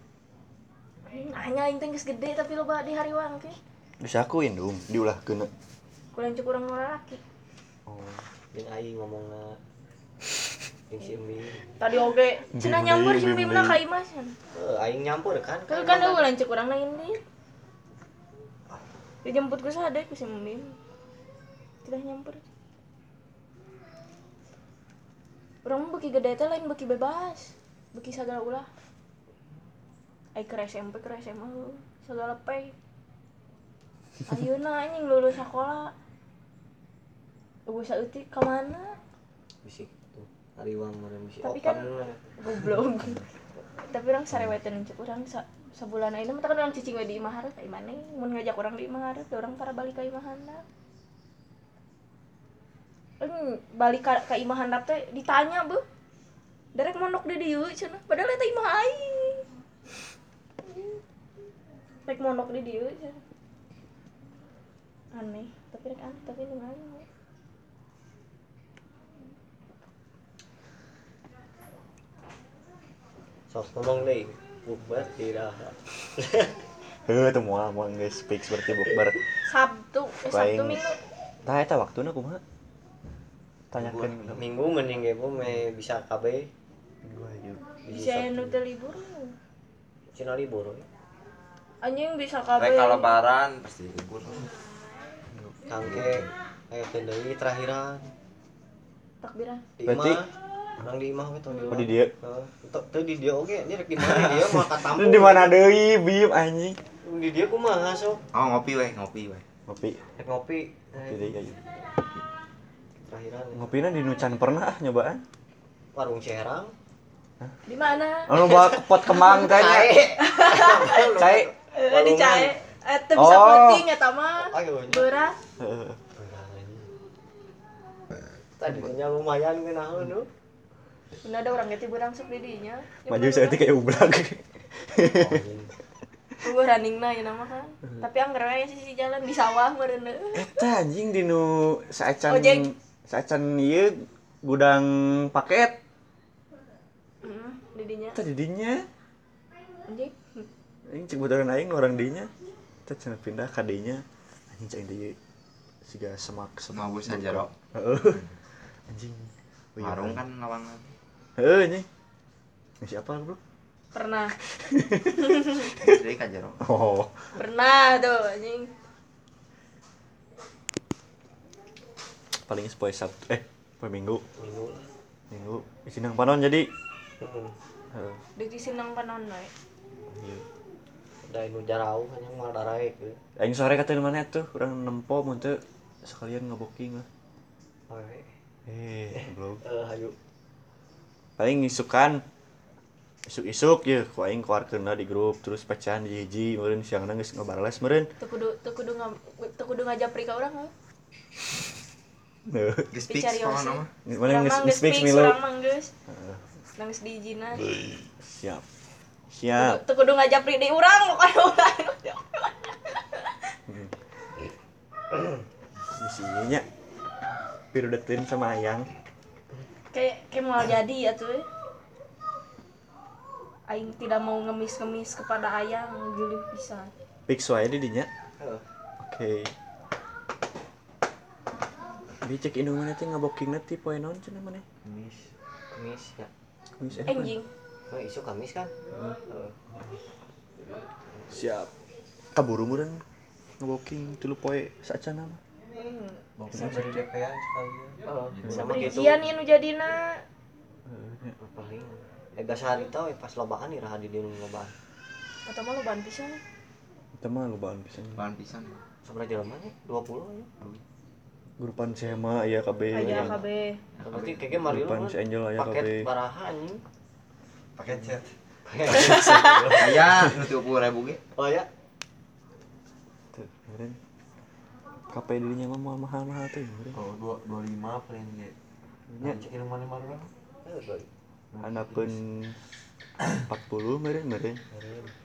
C: hanya aing teh geus gede tapi loba di hariwang ke
A: Bisa aku indung, diulah kena.
C: kurang cukup kurang laki
A: Oh.
D: Yang aing ngomongna yang si Embi.
C: tadi oge
A: Bimbing,
C: cenah nyamper sih
A: bimbing.
C: bimna ka imah cenah.
D: Eh, aing nyampur kan.
C: Kan kan aku lanjut kurang lain dia. Dijemput ku sadar ku si Mimin. Tidak nyamper. Orang mah beki gede teh lain beki bebas. Beki segala ulah. Ai ke SMP ke SMA lu. Segala pay. Ayeuna anjing lulus sekolah. Gue saeutik ka mana?
D: Bisik tuh. Hariwang meureun bisi
C: Tapi
D: open.
C: kan- goblok tapi orang sarewetan cek orang sa sebulan aja mah kan orang cicing we di imah hareup ai maneh mun ngajak orang di imah hareup teu orang para balik ka imah handap Eng, balik ka, ka imah handap teh ditanya beuh derek mondok di dieu cenah padahal eta imah aing rek mondok di dieu cenah aneh tapi rek aneh tapi lumayan
D: Sok ngomong deui. Bukber diraha.
A: Heuh, teu moal moal guys, fix berarti bukber.
C: sabtu eh, sabtu
A: Paling-
C: minggu
A: Tah eta waktuna kumaha? Tanyakeun
D: Minggu- Minggu mending ge bu me bisa KB.
A: gua aja.
D: Bisi
C: bisa
D: Iya, Sabtu.
C: nu teu libur
D: Cina libur. we.
C: anjing bisa
B: Rek
C: kabeh
B: lebaran pasti libur.
D: Tangke aya teh deui terakhiran.
C: takbiran
D: Di
A: Berarti-
D: imah. Orang di imah we tong
A: Oh, di dieu?
D: Teu di dieu oge, ini rek di mana di dieu mah katampung.
A: Di mana deui, Bim anjing?
D: Di dieu kumaha sok?
B: Oh ngopi weh, ngopi weh.
A: Ngopi.
D: Rek ngopi. eh,
A: Jadi aja.
D: Terakhiran. we.
A: Ngopina di Nucan pernah ah nyobaan.
D: Warung Serang.
C: di mana
A: Anu bawa ke pot kemang tanya. Cai.
C: eh di
D: Walungan.
C: cae eh teu bisa
A: Oh.
C: puting eta mah
D: Ayo.
C: beras
A: Heuh.
D: Tadi punya lumayan kan aku nu.
C: bener ada orang gitu berang sok di dinya
A: Maju saya teh kayak ublak.
C: gue running na ya nama kan tapi anggar we sih si jalan di sawah meureun
A: Eta anjing di nu saacan
C: Ojek.
A: saacan ieu gudang paket
C: heeh di dinya
A: tadi dinya.
C: anjing
A: Aing cek bodoran aing nu orang dinya. Teh cenah pindah ka dinya. Anjing cek dieu siga semak semak
B: Mabus aja rok.
A: Heeh. Anjing. Oh iya,
B: Warung
A: Bang.
B: kan lawangan.
A: Heeh anjing. Ini siapa bro?
C: pernah
B: Jadi kan jero.
A: Oh.
C: pernah tuh anjing
A: Paling sepoe Sabtu eh poe Minggu.
D: Minggu lah.
A: Minggu isi nang panon jadi.
D: Hmm.
A: Heeh.
C: di sinang panon we
A: Iya.
D: Dari nu jarau kan yang mal daraik. we.
A: Aing sore katain mana tuh, kurang nempo mun teu sekalian ngeboking lah.
D: Oke.
A: Eh, belum.
D: Eh hayu.
A: Paling isukan isuk-isuk ya, ku aing keluarkeun lah di grup terus pecahan di hiji meureun siang geus ngebales meureun.
C: teu kudu teu kudu nga- teu kudu ngajapri ka urang we.
A: Neuh.
B: Geus fix
C: Dicari
B: poho
C: orang
B: nama.
A: Ini
C: urang
A: Mana
C: mah
A: nges
C: geus
A: speak
C: fix
A: milu. Ah.
C: urang mah geus urang geus diijinan
A: Siap. Siap.
C: teu kudu ngajapri di urang bukan urang
A: Di sini nya. Pirudetin sama ayang.
C: kayak kayak mau jadi ya tuh Aing tidak mau ngemis-ngemis kepada ayang geli bisa
A: Fix wae di dinya.
D: Heeh.
A: Oke. Dicek indung mana teh ngabokingna ti poe naon cenah mana?
B: Mis.
D: Kamis ya.
A: Kumis eh,
C: anjing
D: Oh, isu Kamis kan? Eh, Heeh.
A: siap kaburu muren walking tilu poe sacana mah
D: Bisa jadi DPR sekali. Heeh. eh, Sama gitu.
C: Rijian ini jadina
D: Paling Ega sehari Eh, tau pas lobaan di Rahadi di rumah lobaan.
C: atau mah lo bantu sih
A: eta mah lobaan pisan
B: Lawan pisan.
D: Sebelah jalannya 20 ya.
A: grupan sema ya
C: ayah
A: kabeh
C: KB
D: Berarti kayaknya mari lu.
A: Depan si Angel aya
D: Paket
A: kabeh.
D: baraha anjing.
B: Pakai chat.
D: Paket.
B: Aya nu 30.000 ge.
D: Oh ya.
A: Tuh, muren kape dirinya mah moal mahal-mahal teh muren
E: Oh, dua dua lima paling ya.
A: nya
E: Nah, cekin mana mana orang.
D: Heeh.
A: handapeun 40 muren muren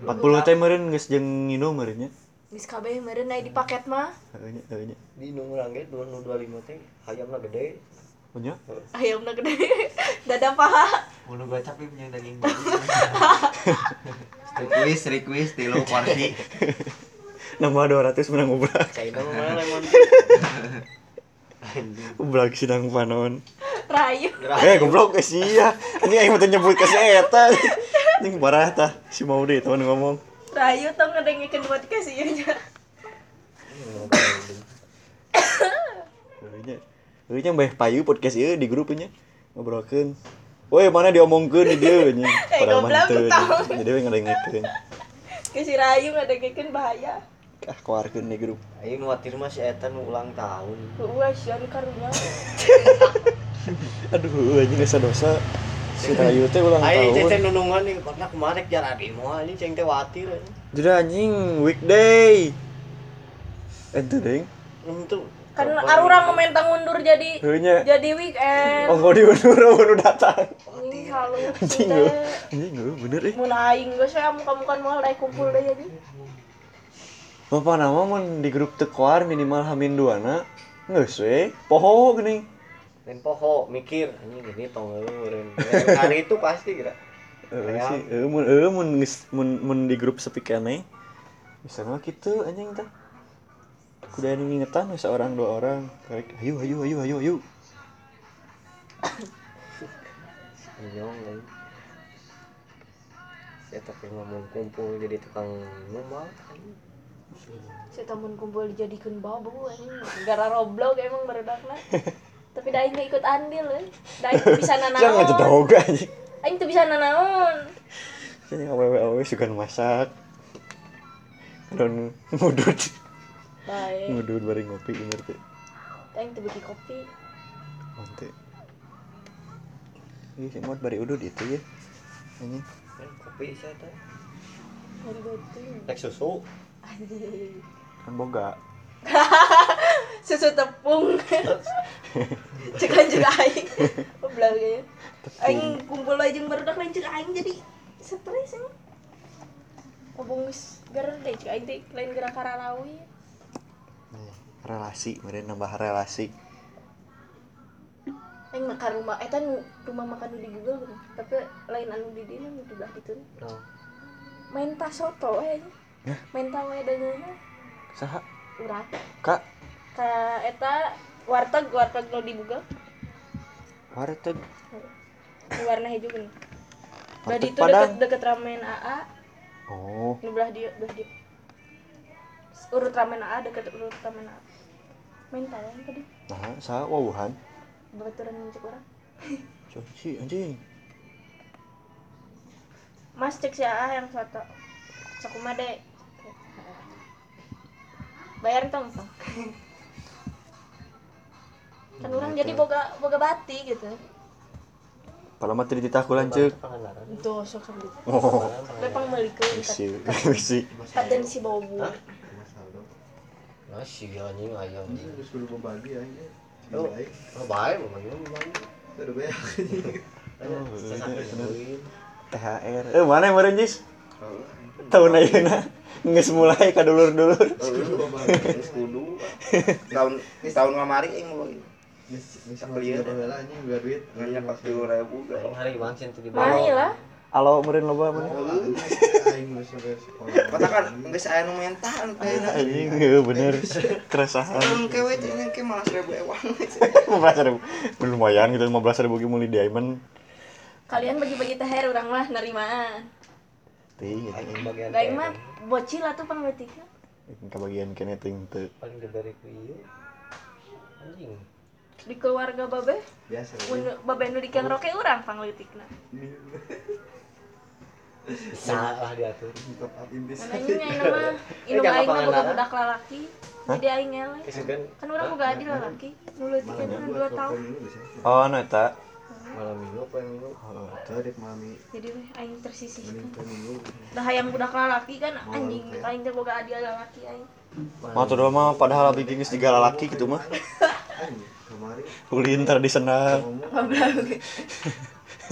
A: 40 teh muren geus jeung nginum murennya
C: Geus kabeh meureun aya di paket mah.
A: Heunya, heunya.
D: di nu urang ge 225 teh hayamna gede
A: Punya?
C: Ayamna gede. Dada paha.
E: Mulu gua capek punya daging babi.
B: request request tilu porsi
A: Nambah 200 menang ubrag.
D: Saina mah mana lemon anjing
A: Ubrag sidang panon.
C: Rayu.
A: Eh, goblok eh sia. Ini aing mah teu nyebut ka si eta. Ini parah tah si Maudi teman ngomong.
C: Rayu tong ngedengekeun buat kasihnya.
A: Heunya. Heunya mah payu podcast ieu di grup nya. Ngobrolkeun. Woi, mana diomongkeun di dieu nya. Padahal mah
C: goblok,
A: teu.
C: tahu.
A: Jadi we ngadengkeun.
C: Kasih Rayu ngedengekeun bahaya.
A: Ah, keluarkeun di grup.
D: Ayo khawatir mah si Eta nu ulang tahun
C: Wah, sian karunya.
A: Aduh, anjing geus dosa. Si Rayu teh ulang
D: Ayo ceng teh
A: tahun.
D: nunungan nih, karena kemarin jarang di mau anjing ceng teh watir anjing.
A: Jadi anjing weekday. Ente ding.
D: Itu
C: Kan arurang meminta mundur jadi
A: Heunya.
C: jadi weekend.
A: Ongko diundur mun datang.
C: Ini halu.
A: Oh, Anjing lu. Anjing lu bener eh.
C: Mun aing geus saya muka-mukaan moal rek kumpul deui jadi.
A: Bapak nama mun di grup tekoar minimal hamin duana geus we poho geuning.
D: Lain poho mikir anjing gini tong eureun. Hari itu pasti kira.
A: Eueuh
D: Hayang.
A: sih, eueuh mun eueuh mun geus- mun mun di grup sepi keneh. Bisa mah kitu anjing tah. Kuda nu ngingetan we seorang dua orang. Karek ayo ayo ayo ayo ayo.
D: Nyong lain. Si Eta teh mah mau kumpul jadi tukang numbal. anjing.
C: Si temen kumpul dijadikan babu anjing. Gara Roblox emang beredakna. Tapi daing nggak ikut andil eh. euy. Daing teu bisa
A: Jangan
C: nanaon.
A: ngecedoga anjing.
C: Aing teu bisa nanaon.
A: Cenah awewe-awewe sugan masak. Dan ngudut,
C: Baik.
A: ngudut bari ngopi bener teh.
C: Aing teu beki kopi.
A: Mante. Iya sih mod bari udud itu ya. Ini
D: Kan kopi si Eta.
C: Hari beuting.
D: Rek susu.
C: Anjing.
A: kan boga.
C: Susu tepung. Cek anjir aing. Goblok ya. Aing kumpul aja jeung barudak lain cek aing jadi stres aing. Obong geus gara deh cek aing teh lain gara kararawi.
A: Nih, Relasi, mari nambah relasi.
C: Aing makan rumah, eh kan rumah makan di Google gitu. Tapi lain anu di dieu nu di belah gitu.
D: Nah,
C: Menta soto eh.
A: Hah?
C: Menta we deunya
A: Saha?
C: urang.
A: Kak,
C: Ka eta warteg warteg nu di Google
A: warteg.
C: nu warna hijau gini.
A: Warteg
C: Badi itu deket
A: Padang.
C: deket ramen AA,
A: Oh,
C: nu belah dia belah dia. Urut ramen AA deket urut ramen AA. Menta ya tadi
A: nah, saha wawuhan.
C: baturan mencek orang.
A: Cuy, si anjing.
C: Mas cek si AA yang soto. Cakuma deh. Bayar tong tong. kan orang jadi boga boga bati gitu.
A: Palama tadi ditahku lanceuk.
D: Pangandaran.
C: Itu sok kan gitu.
A: Oh,
C: Lepang melikeun kat
A: isi, isi.
C: kat dan si bobo.
D: Hah? Nah, si anjing ayam.
E: Anjing udah sepuluh pembagi aja.
D: Lu.
E: Baik,
D: Oh, baik, mau ngomong.
E: udah banyak.
A: Oh, bener, bener.
D: Sesakit.
A: THR. Eh, mana yang meureun, Jis? Tahun ayeuna geus mulai ka dulur-dulur.
E: Sepuluh pembagi.
B: Terus kudu tahun ini tahun eh, kemarin yang lo
E: Bisa beli bela anjing gua duit.
B: nanya pas tilu ribu gak
D: Orang hari Iwan sih tadi
C: Mai
D: bawa.
C: lah.
A: Alo meureun loba mana?
E: Oh, aing geus sampai sekolah.
B: katakan nggak saya nu mental kayaknya
A: Anjing, iya, bener. Keresahan.
B: tahun kewe cengeng ke malas ribu ewan
A: lima belas ribu lumayan gitu lima belas ribu muli diamond
C: Kalian bagi-bagi THR orang mah nerimaan.
A: ting
D: Anjing bagian
C: Lain mah
D: teh.
C: bocil atuh pang batikna.
A: kebagian kene ting teu
D: paling gede ku ieu anjing
C: Di keluarga babe,
E: Biasa.
C: mun babe nu di roke urang pang nah. leutikna.
D: bisa lah diatur
E: Top up intis.
C: Mananya ini mah
D: Eh,
C: indung
D: jangan
C: aing mah boga
D: pangandaran.
C: budak lalaki. Jadi aing eleh.
D: kesukaan
C: Kan urang boga adi lalaki. Nu leutikna kan
E: Buat
C: 2 tahun.
E: popcorn dulu bisa.
A: oh no eta
D: malam minggu apa yang minggu
A: oh,
E: Atau dari mami
C: Jadi weh aing tersisihkan.
E: mending ke minggu.
C: Dah hayang budak lalaki kan anjing aing teh boga adi lalaki aing.
A: mau tuh doang mah padahal abdi geus tiga lalaki gitu mah
E: Anjing, kemarin
A: ulin tar disenang
E: ngomong
C: Goblok.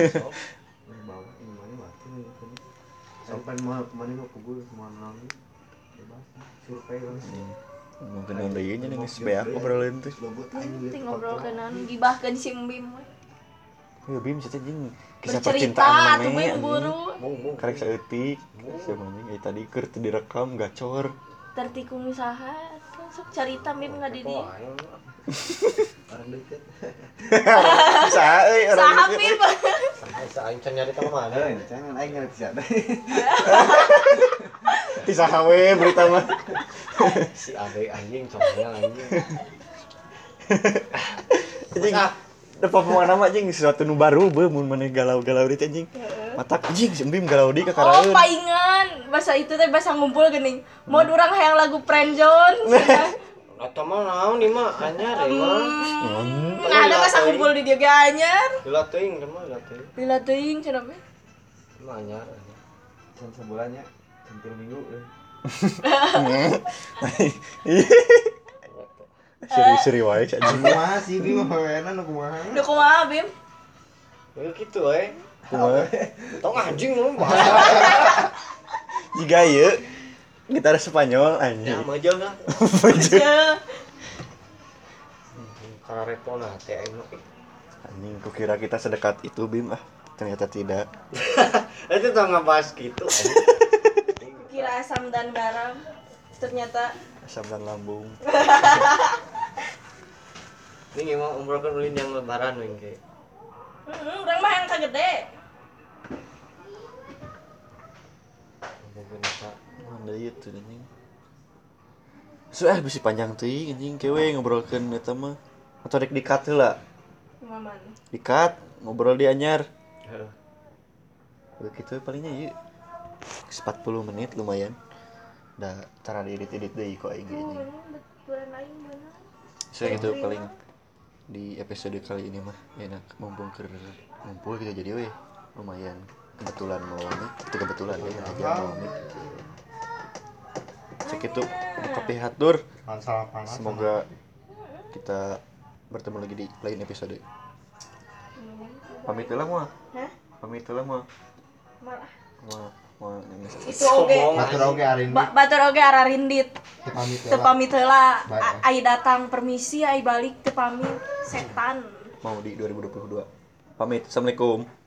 E: Nah, bawa ini mana mati nih, ini. Sampai mau mana mau kubur mau nonton. survei langsung
A: mungkin yang ada ianya nih si beak ngobrolin tuh
E: Lobot
C: Ting
E: aing liat
C: ting
E: foto.
C: ngobrol kenaan gibahkan si Bim.
A: ya bim sih jing kisah
C: Bercerita
A: percintaan
C: tuh
A: mana
C: Bim buru.
E: Mung, mung.
A: karek seetik siapa anjing eh tadi keur teu direkam gacor
C: Tertikung usaha. Sok cerita Bim nggak di dia.
E: Orang deket.
A: saha euy
C: Saha
A: ieu.
C: Bim?
D: Aing can nyari tahu mana?
E: Eh, jangan aing ngerti siapa.
A: Ti saha we berita mah
D: Si Abe anjing, cowoknya anjing.
A: anjing da pamuan mah anjing sesuatu nu baru beuh mun maneh galau-galau deui teh, anjing matak anjing si bim galau di ka
C: Oh,
A: karaeun
C: paingan. Bahasa itu teh bahasa ngumpul geuning. Mau
A: Hmm.
C: urang hayang lagu Friendzone. cenah.
D: Atau mah naon ieu mah anyar ieu mah.
A: Hmm.
C: Nah, ada bahasa ngumpul di dia ge anyar.
D: Lila teuing ieu mah lila teuing.
C: Lila teuing cenah Bim.
D: Ieu mah anyar. anyar.
E: Can sebulannya, hampir minggu. eh.
A: Seri-seri wae si anjing
E: Kumaha sih di mana nu kumaha?
C: Duh kumaha Bim?
D: Ya kitu we.
A: Kumaha?
D: Tong anjing lu bahasa.
A: Jika ieu gitar Spanyol
D: Ya
A: anjing.
D: mah jeung lah.
C: Teu.
D: Karepona teh aing mah.
A: Anjing kukira kita sedekat itu Bim ah. Ternyata tidak.
D: Itu tong ngebahas kitu. anjing.
C: Kira asam dan garam. Ternyata
A: Asam dan lambung.
D: Ini mau umrohkan ulin yang lebaran weng ke.
C: Hmm, orang mah yang kagede.
D: Mungkin bisa.
A: Mana ieu tuh anjing. Soal bisi panjang teuing anjing kewe ngobrolkeun eta mah. Atau rek dikat heula.
C: Maman.
A: Dikat ngobrol di anyar.
D: Heuh.
A: Begitu palingnya ieu 40 menit lumayan. Da cara diedit-edit deui kok aing ini.
C: Bulan lain bener.
A: Saya gitu paling di episode kali ini mah enak mumpung ker ngumpul gitu jadi weh lumayan kebetulan melawami itu kebetulan ya aja melawami cek itu buka hatur semoga kita bertemu lagi di lain episode pamit lah mah
C: Hah?
A: pamit lah mah
C: Malah.
A: mah mah nangis.
C: Itu oge.
E: Matur oge arin
C: Ba- Batur oge arah rindit.
E: pamit
C: Teu pamit heula.
E: Baik,
C: A- Ai datang permisi, ai balik teu pamit. Setan.
A: mau di 2022 pamit assalamualaikum